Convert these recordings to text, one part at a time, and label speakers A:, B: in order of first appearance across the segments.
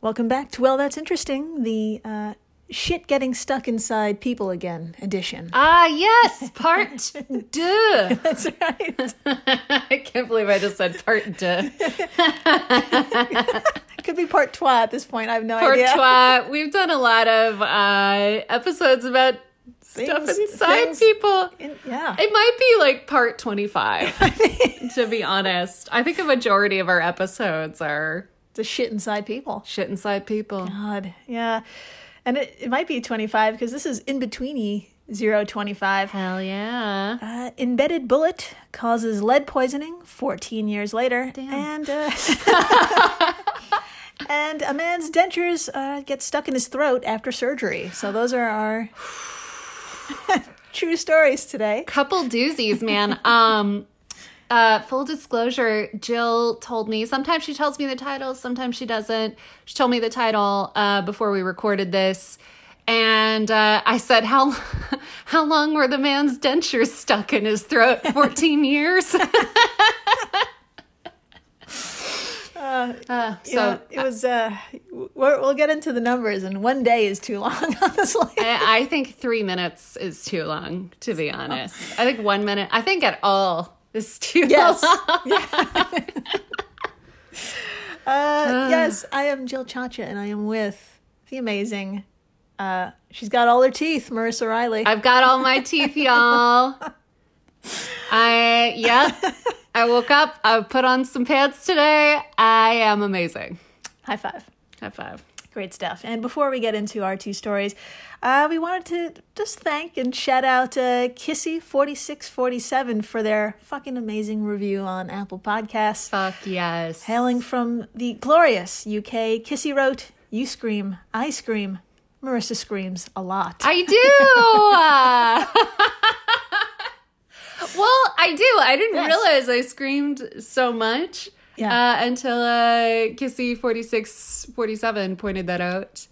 A: Welcome back to Well, That's Interesting, the uh, shit getting stuck inside people again edition.
B: Ah, yes, part deux.
A: That's right.
B: I can't believe I just said part deux.
A: It could be part trois at this point. I have no
B: Part
A: idea.
B: trois. We've done a lot of uh, episodes about stuff
A: Things-
B: inside
A: things
B: people.
A: In- yeah.
B: It might be like part 25, to be honest. I think a majority of our episodes are
A: the shit inside people.
B: shit inside people.
A: God. Yeah. And it, it might be 25 because this is in betweeny 025.
B: Hell yeah.
A: Uh, embedded bullet causes lead poisoning 14 years later. And, uh, and a man's dentures uh, get stuck in his throat after surgery. So those are our true stories today.
B: couple doozies, man. um uh full disclosure, Jill told me sometimes she tells me the title, sometimes she doesn't. She told me the title uh before we recorded this. And uh, I said, "How how long were the man's dentures stuck in his throat? Fourteen years." Uh,
A: So
B: so
A: it was. Uh, we we'll get into the numbers, and one day is too long, honestly.
B: I, I think three minutes is too long, to be honest. I think one minute. I think at all is too
A: Yes.
B: long.
A: Uh, yes, I am Jill Chacha, and I am with the amazing. Uh, she's got all her teeth, Marissa Riley.
B: I've got all my teeth, y'all. I yep. I woke up. I put on some pants today. I am amazing.
A: High five.
B: High five.
A: Great stuff. And before we get into our two stories, uh, we wanted to just thank and shout out uh, Kissy4647 for their fucking amazing review on Apple Podcasts.
B: Fuck yes.
A: Hailing from the glorious UK, Kissy wrote, You scream, I scream, Marissa screams a lot.
B: I do. well, I do. I didn't realize I screamed so much.
A: Yeah.
B: Uh, until uh, Kissy forty six forty seven pointed that out,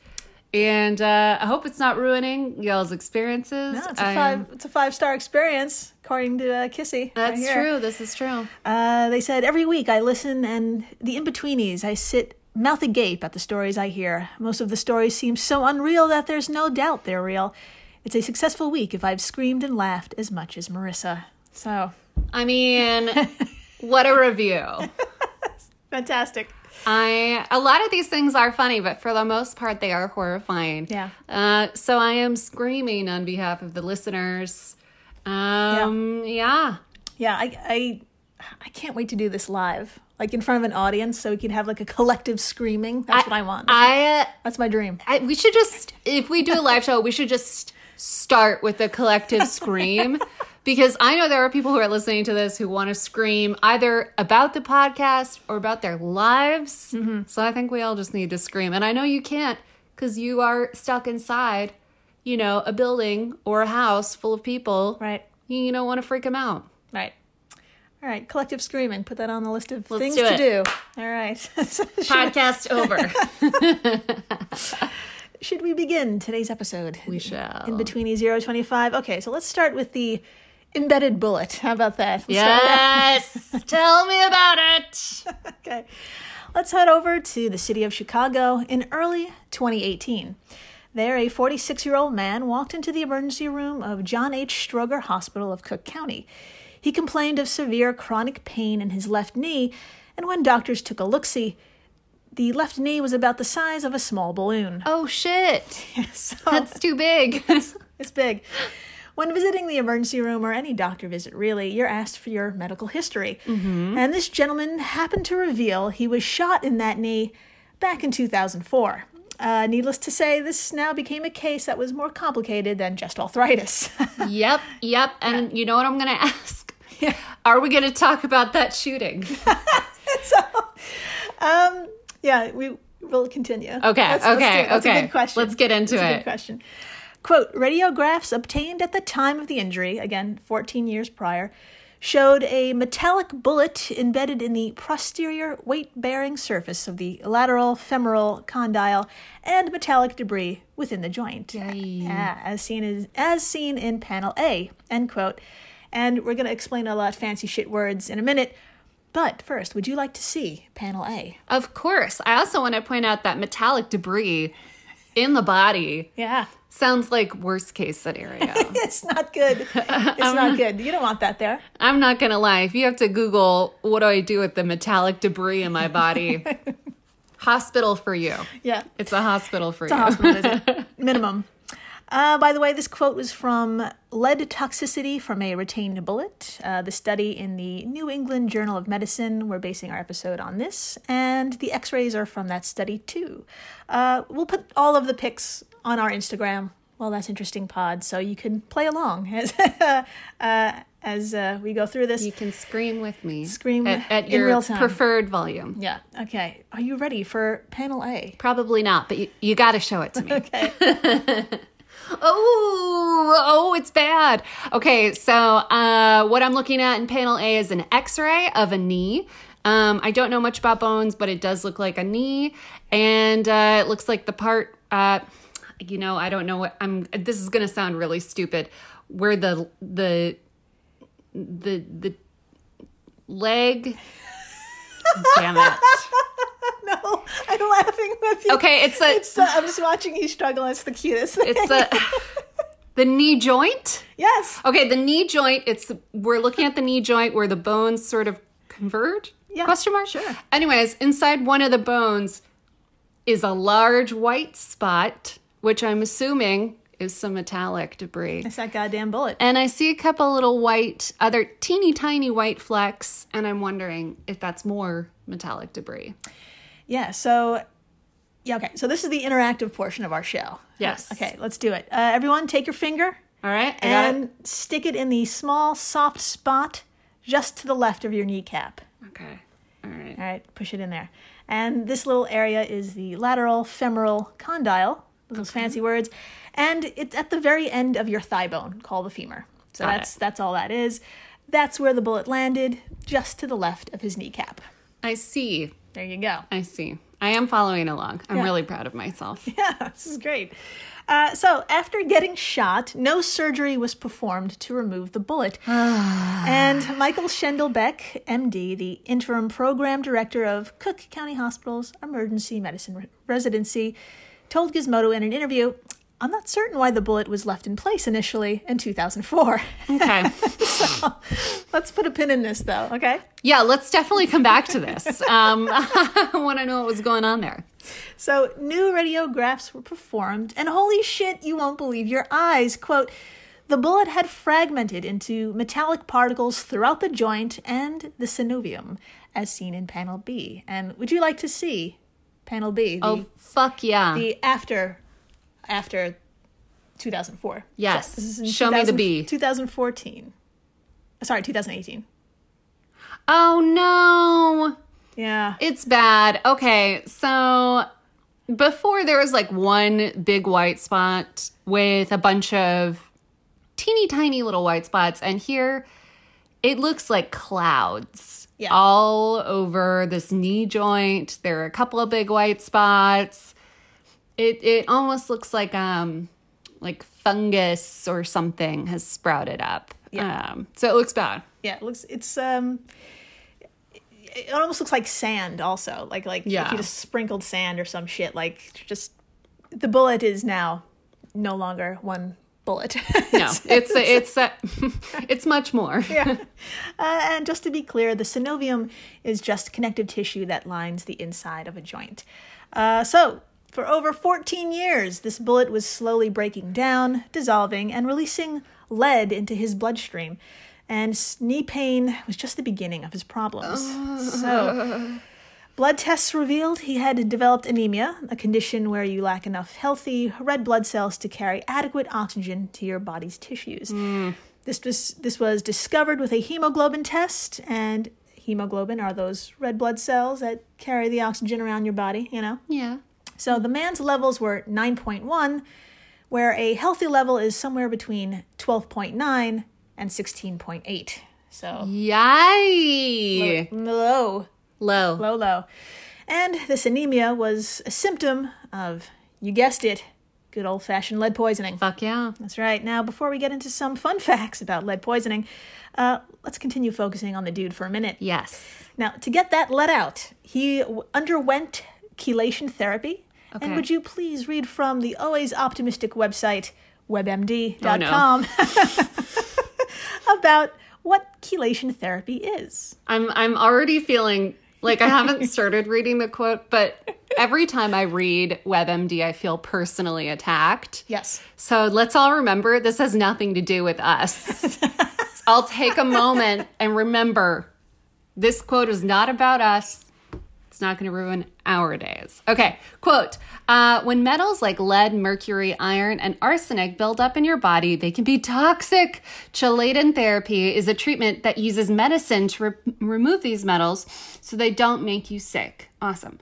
B: and uh, I hope it's not ruining y'all's experiences.
A: No, it's a
B: I'm-
A: five. It's a five star experience, according to uh, Kissy. right
B: That's
A: here.
B: true. This is true.
A: Uh, they said every week I listen, and the in betweenies I sit mouth agape at the stories I hear. Most of the stories seem so unreal that there's no doubt they're real. It's a successful week if I've screamed and laughed as much as Marissa. So
B: I mean, what a review.
A: fantastic.
B: I a lot of these things are funny, but for the most part they are horrifying.
A: Yeah.
B: Uh, so I am screaming on behalf of the listeners. Um yeah.
A: Yeah, I, I, I can't wait to do this live, like in front of an audience, so we can have like a collective screaming. That's what I want.
B: I,
A: That's my dream.
B: I we should just if we do a live show, we should just start with a collective scream. Because I know there are people who are listening to this who want to scream either about the podcast or about their lives. So I think we all just need to scream. And I know you can't because you are stuck inside, you know, a building or a house full of people.
A: Right.
B: You don't want to freak them out.
A: Right. All right, collective screaming. Put that on the list of things
B: do
A: to
B: it.
A: do. All right. So should,
B: Podcast over.
A: should we begin today's episode?
B: we shall.
A: In between 025. Okay, so let's start with the embedded bullet. How about that? Let's start with
B: Yes. Tell me about it.
A: Okay. Let's head over to the city of Chicago in early 2018. There, a 46 year old man walked into the emergency room of John H. Stroger Hospital of Cook County. He complained of severe chronic pain in his left knee, and when doctors took a look see, the left knee was about the size of a small balloon.
B: Oh, shit.
A: So-
B: That's too big.
A: It's big. When visiting the emergency room or any doctor visit, really, you're asked for your medical history. And this gentleman happened to reveal he was shot in that knee back in 2004. Uh, needless to say, this now became a case that was more complicated than just arthritis.
B: yep, yep. And you know what I'm going to ask? Are we going to talk about that shooting?
A: yeah, we will continue. Okay,
B: okay,
A: That's a
B: okay.
A: good question.
B: Let's get into
A: That's a good
B: it.
A: question. Quote Radiographs obtained at the time of the injury, again, 14 years prior, showed a metallic bullet embedded in the posterior weight bearing surface of the lateral femoral condyle and metallic debris within the joint. Yeah, as seen as, as seen in panel A, end quote. And we're going to explain a lot of fancy shit words in a minute. But first, would you like to see panel A?
B: Of course. I also want to point out that metallic debris in the body
A: Yeah.
B: sounds like worst case scenario.
A: It's not good. It's not good. You don't want that there.
B: I'm not going to lie. If you have to Google, what do I do with the metallic debris in my body? hospital for you.
A: Yeah.
B: It's a hospital for
A: A
B: you.
A: hospital visit, minimum. Uh, by the way, this quote was from Lead Toxicity from a Retained Bullet, uh, the study in the New England Journal of Medicine. We're basing our episode on this, and the x rays are from that study too. Uh, we'll put all of the pics on our Instagram. Well, that's interesting pod, so you can play along as, uh, as uh, we go through this.
B: You can scream with me.
A: Scream
B: at, at
A: in
B: your
A: real time.
B: preferred volume.
A: Yeah, okay. Are you ready for panel A?
B: Probably not, but you, you got to show it to me.
A: Okay.
B: Oh, oh, it's bad. Okay, so uh, what I'm looking at in panel A is an X-ray of a knee. Um, I don't know much about bones, but it does look like a knee, and uh, it looks like the part. Uh, you know, I don't know what I'm. This is gonna sound really stupid. Where the the the the leg. Damn it.
A: no, I'm laughing with you.
B: Okay, it's a
A: So I'm just watching you struggle. It's the cutest thing.
B: it's a the knee joint.
A: yes.
B: Okay, the knee joint. It's we're looking at the knee joint where the bones sort of converge.
A: Yeah,
B: Question mark.
A: sure.
B: Anyways, inside one of the bones is a large white spot, which I'm assuming is some metallic debris.
A: It's that goddamn bullet.
B: And I see a couple little white, other teeny tiny white flecks, and I'm wondering if that's more metallic debris.
A: Yeah, so, yeah, okay. So this is the interactive portion of our show.
B: Yes.
A: Okay, let's do it. Uh, everyone, take your finger
B: All right. I got it.
A: and stick it in the small, soft spot just to the left of your kneecap.
B: okay. All right.
A: All right, push it in there. And this little area is the lateral femoral condyle, those fancy words. And it's at the very end of your thigh bone, called the femur. So
B: Got
A: that's that's all that is. That's where the bullet landed, just to the left of his kneecap.
B: I see.
A: There you go.
B: I see. I am following along. I'm really proud of myself.
A: Yeah, this is great. Uh, so, after getting shot, no surgery was performed to remove the bullet. and Michael Schendelbeck, MD, the interim program director of Cook County Hospital's emergency medicine re- residency, told Gizmodo in an interview I'm not certain why the bullet was left in place initially in 2004.
B: Okay.
A: Let's put a pin in this, though, okay?
B: Yeah, let's definitely come back to this. Um, I want to know what was going on there.
A: So new radiographs were performed, and holy shit, you won't believe your eyes. Quote, the bullet had fragmented into metallic particles throughout the joint and the synovium, as seen in panel B. And would you like to see panel B, the,
B: Oh, fuck yeah.
A: the after, after 2004?
B: Yes.
A: This is in
B: Show me the
A: 2000
B: B.
A: 2014. Sorry, 2018.
B: oh, no.
A: Yeah.
B: It's bad. Okay, so before there was like one big white spot with a bunch of teeny tiny little white spots, and here it looks like clouds
A: Yeah.
B: all over this knee joint. There are a couple of big white spots. It it almost looks like um like fungus or something has sprouted up. Yeah. Um, so it looks bad.
A: Yeah, it looks it's um it almost looks like sand also. Like like if
B: Yeah.
A: you just sprinkled sand or some shit, like just the bullet is now no longer one bullet.
B: No, it's a, it's a, it's much more.
A: Uh, and just to be clear, the synovium is just connective tissue that lines the inside of a joint. Uh, so, for over 14 years, this bullet was slowly breaking down, dissolving, and releasing lead into his bloodstream. And s- knee pain was just the beginning of his problems. So, blood tests revealed he had developed anemia, a condition where you lack enough healthy red blood cells to carry adequate oxygen to your body's tissues. This was this was discovered with a hemoglobin test, and hemoglobin are those red blood cells that carry the oxygen around your body, you know.
B: Yeah.
A: So the man's levels were 9.1, where a healthy level is somewhere between 12.9 and 16.8. So
B: Yay!
A: low,
B: Low.
A: low, low. And this anemia was a symptom of, you guessed it, Good old fashioned lead poisoning.
B: Fuck yeah.
A: That's right. Now, before we get into some fun facts about lead poisoning, uh, let's continue focusing on the dude for a minute.
B: Yes.
A: Now, to get that let out, he w- underwent chelation therapy.
B: Okay.
A: And would you please read from the always optimistic website, webmd.com,
B: Oh,
A: about what chelation therapy is?
B: I'm I'm already feeling like I haven't started reading the quote, but every time I read WebMD, I feel personally attacked.
A: Yes.
B: So let's all remember this has nothing to do with us. I'll take a moment and remember this quote is not about us. It's not going to ruin our days. Okay, quote uh, When metals like lead, mercury, iron, and arsenic build up in your body, they can be toxic. Chelatin therapy is a treatment that uses medicine to re- remove these metals so they don't make you sick. Awesome.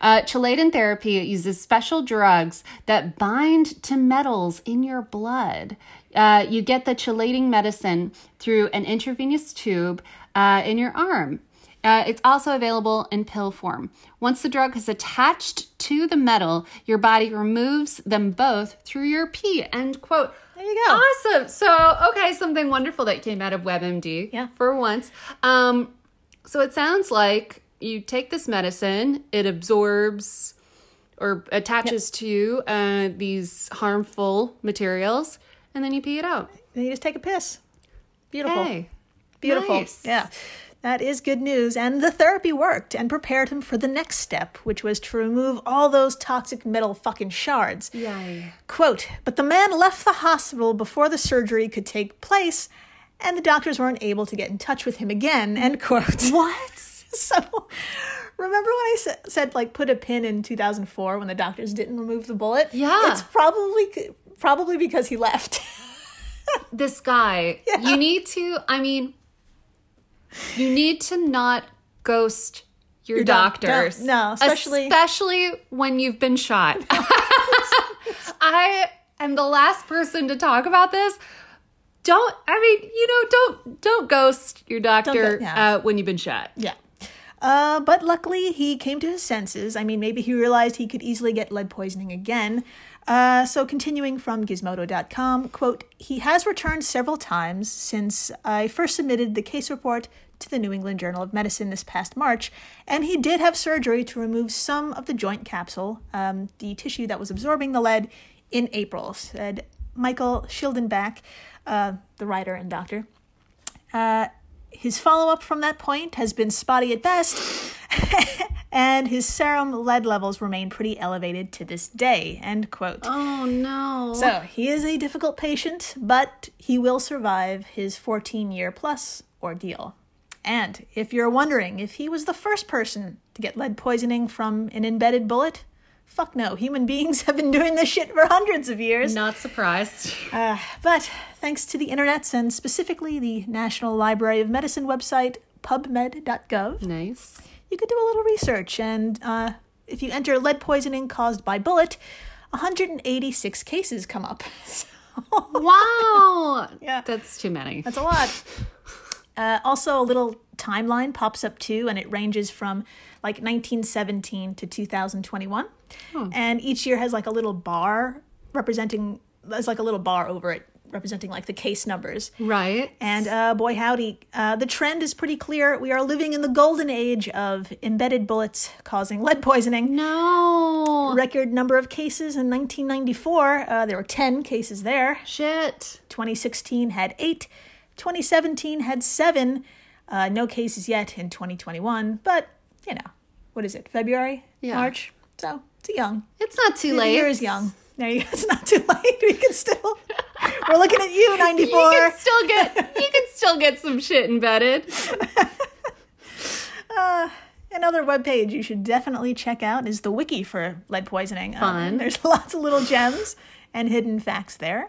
B: Uh, chelatin therapy uses special drugs that bind to metals in your blood. Uh, you get the chelating medicine through an intravenous tube uh, in your arm. Uh, it's also available in pill form. Once the drug is attached to the metal, your body removes them both through your pee. End quote.
A: There you go.
B: Awesome. So, okay, something wonderful that came out of WebMD.
A: Yeah.
B: For once. Um, so it sounds like you take this medicine, it absorbs or attaches to uh, these harmful materials, and then you pee it out.
A: Then you just take a piss. Beautiful.
B: Hey.
A: Beautiful.
B: Nice.
A: Yeah. That is good news. And the therapy worked and prepared him for the next step, which was to remove all those toxic metal fucking shards.
B: Yay.
A: Quote, but the man left the hospital before the surgery could take place, and the doctors weren't able to get in touch with him again, end quote.
B: What?
A: So, remember when I sa- said, like, put a pin in 2004 when the doctors didn't remove the bullet?
B: Yeah.
A: It's probably, probably because he left.
B: this guy. You need to, I mean, you need to not ghost your,
A: doc-
B: doctors.
A: don't- no, especially-
B: especially when you've been shot. I am the last person to talk about this. Don't I mean, you know, don't don't ghost your doctor
A: yeah.
B: uh, when you've been shot.
A: Yeah. Uh, but luckily, he came to his senses. I mean, maybe he realized he could easily get lead poisoning again. Uh, so, continuing from Gizmodo.com, quote, he has returned several times since I first submitted the case report to the New England Journal of Medicine this past March, and he did have surgery to remove some of the joint capsule, um, the tissue that was absorbing the lead, in April, said Michael Schildenbach, uh, the writer and doctor. Uh, his follow up from that point has been spotty at best, and his serum lead levels remain pretty elevated to this day. End quote.
B: Oh no.
A: So he is a difficult patient, but he will survive his 14 year plus ordeal. And if you're wondering if he was the first person to get lead poisoning from an embedded bullet, fuck no. Human beings have been doing this shit for hundreds of years.
B: not surprised.
A: Uh, but thanks to the internets and specifically the National Library of Medicine website, pubmed.gov,
B: Nice.
A: you could do a little research. And uh, if you enter lead poisoning caused by bullet, 186 cases come up. So
B: Wow.
A: Yeah.
B: That's too many.
A: that's a lot. Uh, also, a little timeline pops up too, and it ranges from like 1917 to 2021. And each year has like a little bar representing, there's like a little bar over it representing like the case numbers.
B: right.
A: And uh, boy, howdy, uh, the trend is pretty clear. We are living in the golden age of embedded bullets causing lead poisoning.
B: no.
A: Record number of cases in 1994. Uh, there were 10 cases there.
B: Shit.
A: 2016 had eight. 2017 had seven. Uh, no cases yet in 2021. But, you know, what is it, February?
B: Yeah.
A: March? So it's young.
B: It's not too
A: The
B: late.
A: year is young. There you go. It's not too late. We can still. We're looking at you, 94.
B: You can still get you can still get some shit embedded.
A: Another webpage you should definitely check out is the wiki for lead poisoning. Um,
B: Fun.
A: there's lots of little gems and hidden facts there.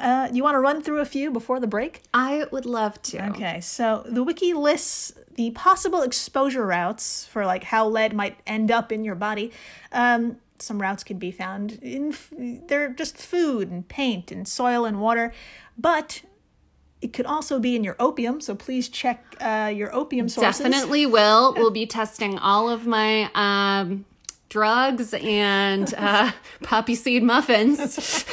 A: Uh, you want to run through a few before the break?
B: I would love to.
A: Okay, so the wiki lists the possible exposure routes for like how lead might end up in your body. Um, some routes could be found in f- they're just food and paint and soil and water, but it could also be in your opium. So please check uh, your opium sources.
B: Definitely will. We'll be testing all of my um drugs and uh, poppy seed muffins.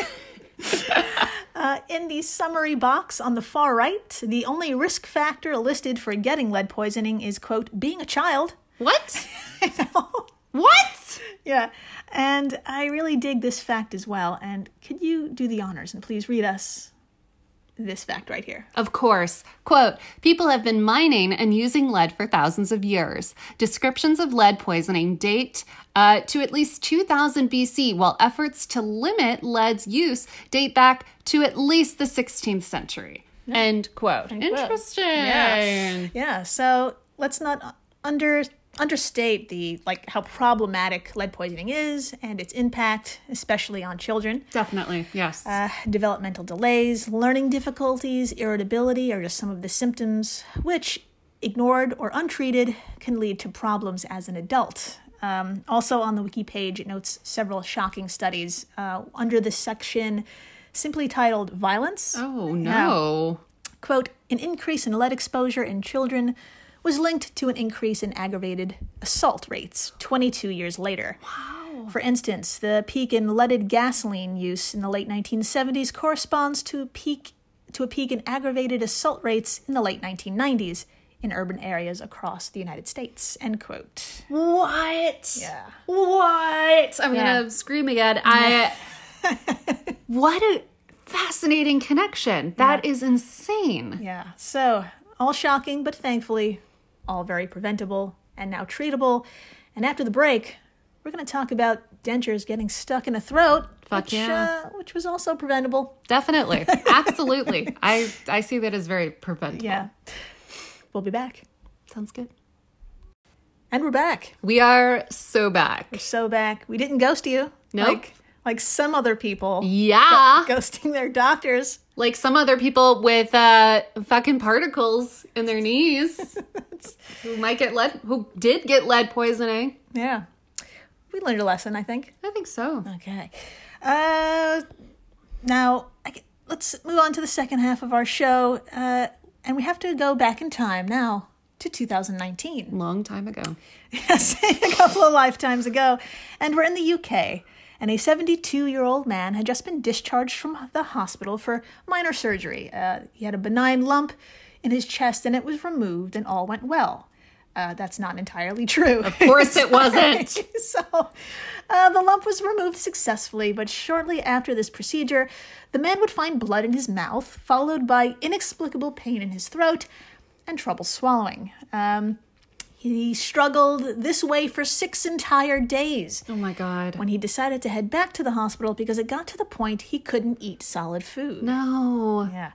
A: Uh, in the summary box on the far right, the only risk factor listed for getting lead poisoning is, quote, being a child.
B: What? What?
A: Yeah. And I really dig this fact as well. And could you do the honors and please read us this fact right here?
B: Of course. Quote People have been mining and using lead for thousands of years. Descriptions of lead poisoning date uh, to at least 2000 BC, while efforts to limit lead's use date back to at least the 16th century. End quote. Interesting.
A: Yeah. So let's not under understate the like how problematic lead poisoning is and its impact, especially on children.
B: Definitely. Yes.
A: Uh, developmental delays, learning difficulties, irritability are just some of the symptoms, which, ignored or untreated, can lead to problems as an adult. Um, also, on the wiki page, it notes several shocking studies uh, under the section simply titled Violence.
B: oh, no.
A: Quote An increase in lead exposure in children was linked to an increase in aggravated assault rates 22 years later. Wow. For instance, the peak in leaded gasoline use in the late 1970s corresponds to a peak to a peak in aggravated assault rates in the late 1990s in urban areas across the United States. End quote.
B: What?
A: Yeah.
B: What? I'm
A: Yeah.
B: gonna scream again. I. what a fascinating connection. That is insane.
A: Yeah. So, all shocking, but thankfully, all very preventable and now treatable. And after the break, we're going to talk about dentures getting stuck in a throat,
B: Fuck
A: which,
B: yeah.
A: uh, which was also preventable.
B: Definitely, absolutely. I I see that as very preventable.
A: Yeah. We'll be back.
B: Sounds good.
A: And we're back.
B: We are so back.
A: So back. We didn't ghost you.
B: Nope.
A: Like, like some other people
B: Yeah,
A: ghosting their doctors.
B: like some other people with uh fucking particles in their knees who might get lead who did get lead poisoning.
A: Yeah. We learned a lesson, I think.
B: I think so.
A: Okay. Uh, now, I g let's move on to the second half of our show. Uh, and we have to go back in time now to 2019.
B: Long time ago.
A: Yes, a couple of lifetimes ago. And we're in the UK. And a 72 year old man had just been discharged from the hospital for minor surgery. Uh, he had a benign lump in his chest, and it was removed, and all went well. Uh, that's not entirely true.
B: Of course, it wasn't.
A: so uh, the lump was removed successfully, but shortly after this procedure, the man would find blood in his mouth, followed by inexplicable pain in his throat and trouble swallowing. Um, he struggled this way for six entire days
B: Oh my god.
A: when he decided to head back to the hospital because it got to the point he couldn't eat solid food.
B: No.
A: Yeah.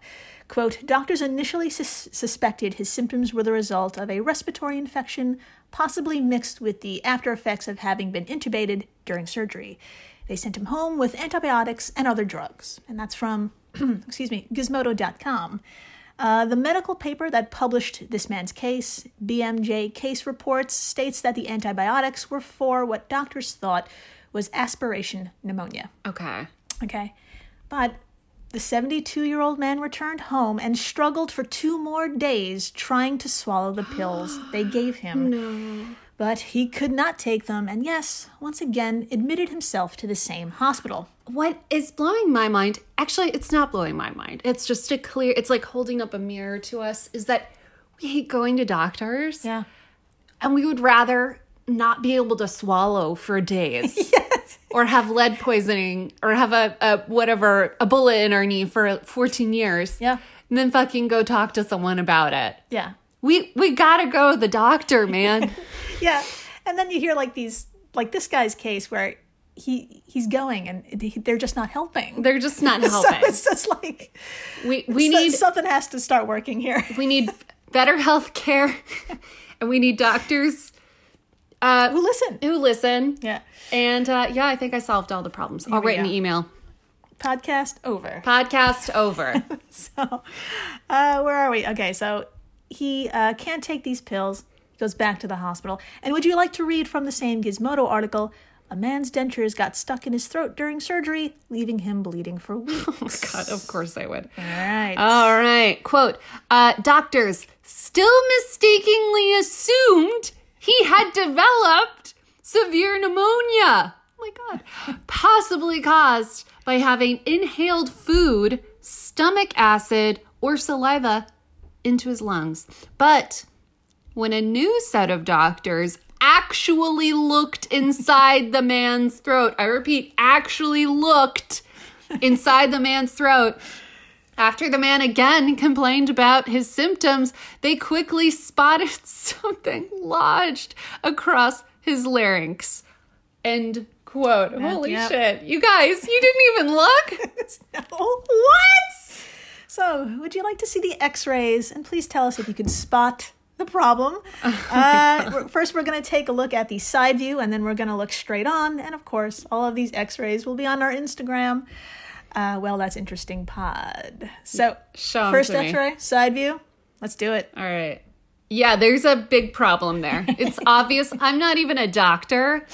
A: Quote Doctors initially sus- suspected his symptoms were the result of a respiratory infection, possibly mixed with the after effects of having been intubated during surgery. They sent him home with antibiotics and other drugs. And that's from, excuse me, gizmodo.com. Uh, the medical paper that published this man's case, BMJ Case Reports, states that the antibiotics were for what doctors thought was aspiration pneumonia.
B: Okay.
A: Okay. But the 72 year old man returned home and struggled for two more days trying to swallow the pills they gave him. But he could not take them, and yes, once again, admitted himself to the same hospital.
B: What is blowing my mind, actually, it's not blowing my mind. It's just a clear, it's like holding up a mirror to us is that we hate going to doctors
A: Yeah.
B: and we would rather not be able to swallow for days. Or have lead poisoning, or have a, a whatever a bullet in our knee for 14 years,
A: Yeah.
B: and then fucking go talk to someone about it.
A: Yeah.
B: We we gotta go to the doctor, man.
A: Yeah. And then you hear like these, like this guy's case where he he's going and they- they're just not helping.
B: They're just not
A: So
B: helping.
A: it's just like
B: we we
A: so-
B: need
A: something has to start working here.
B: we need better health care and we need doctors uh,
A: Well, listen.
B: who listen
A: Yeah.
B: and uh, yeah i think i solved all the problems i'll write an
A: go.
B: email
A: Podcast over.
B: podcast over
A: so uh, where are we okay so he uh, can't take these pills he goes back to the hospital and would you like to read from the same gizmodo article a man's dentures got stuck in his throat during surgery leaving him bleeding for weeks
B: God, of course i would
A: all right
B: all right quote uh, doctors still mistakenly assumed he had developed severe pneumonia. Oh my God. Possibly caused by having inhaled food, stomach acid, or saliva into his lungs. But when a new set of doctors actually looked inside the man's throat, I repeat, actually looked inside the man's throat, after the man again complained about his symptoms, they quickly spotted something lodged across his larynx. End quote. Holy
A: yep.
B: shit. You guys, you didn't even look?
A: no. What? So, would you like to see the x rays? And please tell us if you can spot the problem.
B: Oh
A: uh, we're- first, we're going to take a look at the side view, and then we're going to look straight on. And of course, all of these x rays will be on our Instagram. Uh, well, that's interesting pod. So,
B: Show 'em
A: first
B: to me.
A: x ray, side view. Let's do it.
B: All right. Yeah, there's a big problem there. It's obvious. I'm not even a doctor.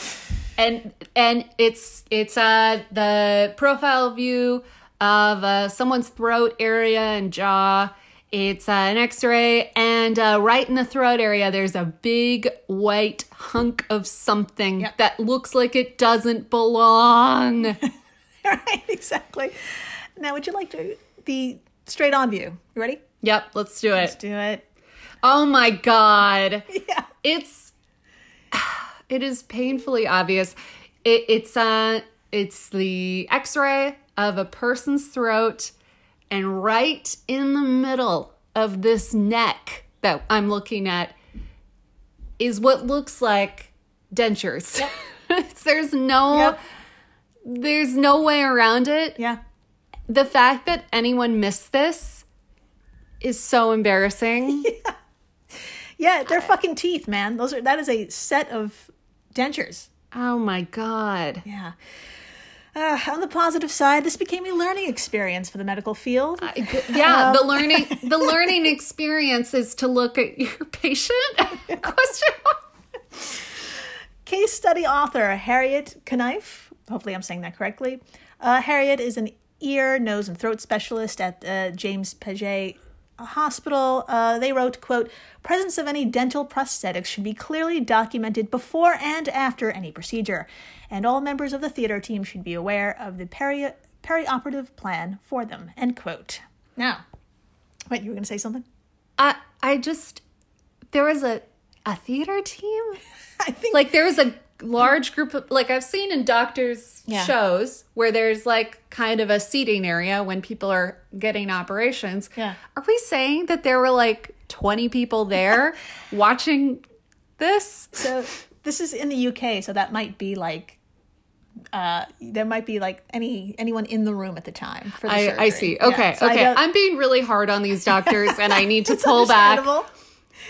B: And and it's it's uh the profile view of uh, someone's throat area and jaw. It's uh, an x-ray and uh, right in the throat area there's a big white hunk of something
A: Yep.
B: that looks like it doesn't belong.
A: All right, exactly. Now, would you like to the straight on view? You ready?
B: yep, let's do
A: Let's
B: it.
A: do it.
B: Oh my god.
A: Yeah.
B: it's it is painfully obvious it, it's uh it's the x-ray of a person's throat and right in the middle of this neck that i'm looking at is what looks like dentures there's no
A: Yep.
B: there's no way around it
A: Yeah.
B: the fact that anyone missed this is so embarrassing
A: Yeah, they're fucking teeth, man. Those are that is a set of dentures.
B: oh my god
A: Yeah. Uh, on the positive side, this became a learning experience for the medical field.
B: yeah the learning the learning experience is to look at your patient question mark.
A: Case study author Harriet Knife, hopefully I'm saying that correctly. Uh, Harriet is an ear, nose, and throat specialist at uh, James Paget Hospital. Uh, they wrote, quote, presence of any dental prosthetics should be clearly documented before and after any procedure, and all members of the theater team should be aware of the peri- perioperative plan for them, end quote. Now, wait, you were going to say something?
B: i i just there was a a theater team
A: I think
B: like there was a large group of like i've seen in doctors
A: Yeah.
B: shows where there's like kind of a seating area when people are getting operations
A: Yeah.
B: are we saying that there were like 20 people there watching this
A: So this is in the UK, so that might be like uh there might be like any anyone in the room at the time for the
B: I, I
A: surgery.
B: see.
A: Yeah,
B: Okay,
A: so I
B: okay.
A: don't-
B: I'm being really hard on these doctors, and I need to pull back.
A: understandable.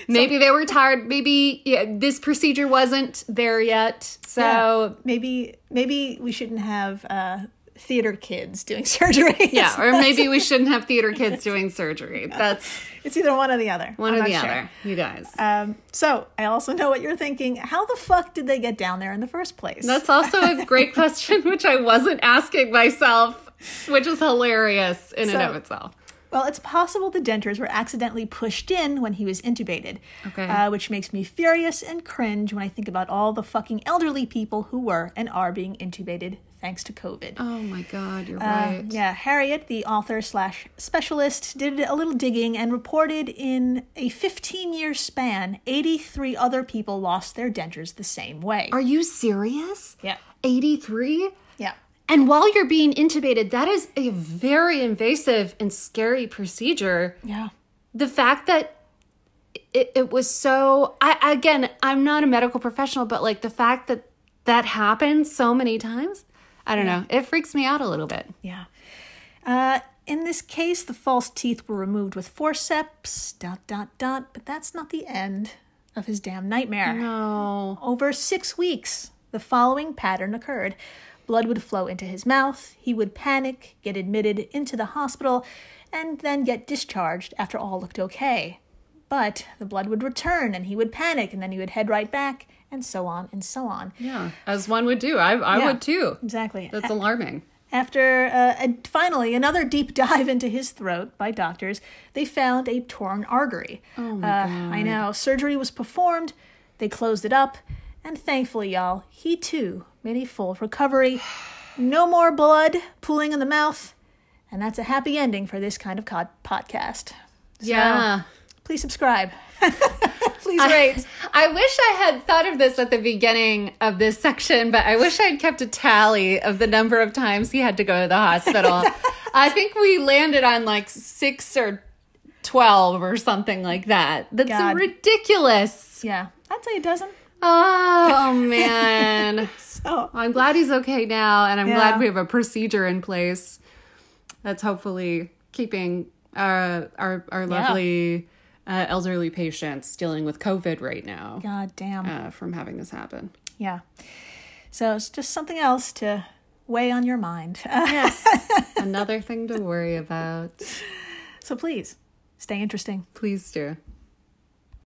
B: Maybe they were tired. Maybe yeah, this procedure wasn't there yet. So,
A: Maybe maybe we shouldn't have uh theater kids doing surgery.
B: yeah. or maybe we shouldn't have theater kids doing surgery. That's
A: it's either one or the other.
B: one
A: I'm
B: or
A: not
B: the
A: sure.
B: other, you guys.
A: Um, so I also know what you're thinking. How the fuck did they get down there in the first place?
B: That's also a great question, which I wasn't asking myself, which is hilarious in and
A: So-
B: of itself.
A: Well, it's possible the dentures were accidentally pushed in when he was intubated.
B: Okay.
A: Uh, which makes me furious and cringe when I think about all the fucking elderly people who were and are being intubated thanks to COVID.
B: Oh my God, you're
A: Uh,
B: right.
A: yeah, Harriet, the author slash specialist, did a little digging and reported in a 15 year span, 83 other people lost their dentures the same way.
B: Are you serious?
A: Yeah.
B: 83?
A: Yeah.
B: And while you're being intubated, that is a very invasive and scary procedure.
A: Yeah.
B: The fact that it, it was so, I, again, I'm not a medical professional, but like the fact that that happened so many times, I don't know, it freaks me out a little bit.
A: Yeah. Uh, in this case, the false teeth were removed with forceps, dot, dot, dot, but that's not the end of his damn nightmare.
B: Oh,
A: Over six weeks, the following pattern occurred blood would flow into his mouth, he would panic, get admitted into the hospital, and then get discharged after all looked okay. But the blood would return and he would panic and then he would head right back, and so on and so on.
B: yeah, as one would do. I, I
A: Yeah.
B: would too.
A: Exactly.
B: That's alarming.
A: After uh, a, finally another deep dive into his throat by doctors, they found a Uh, torn artery. Oh my God. I know. Surgery was performed, they closed it up, And thankfully, y'all, he too made a full recovery. No more blood pooling in the mouth. And that's a happy ending for this kind of cod- podcast. So,
B: Yeah.
A: Please subscribe. please rate.
B: I wish I had thought of this at the beginning of this section, but I wish I had kept a tally of the number of times he had to go to the hospital. I think we landed on like six or 12 or something like that. That's
A: God.
B: ridiculous.
A: yeah, I'd say a dozen.
B: Oh, man.
A: So
B: I'm glad he's okay now, and I'm
A: Yeah.
B: glad we have a procedure in place that's hopefully keeping our our, our lovely uh, elderly patients dealing with COVID right now
A: God damn.
B: uh, from having this happen.
A: Yeah. So it's just something else to weigh on your mind.
B: Another thing to worry about.
A: so please stay interesting.
B: Please do.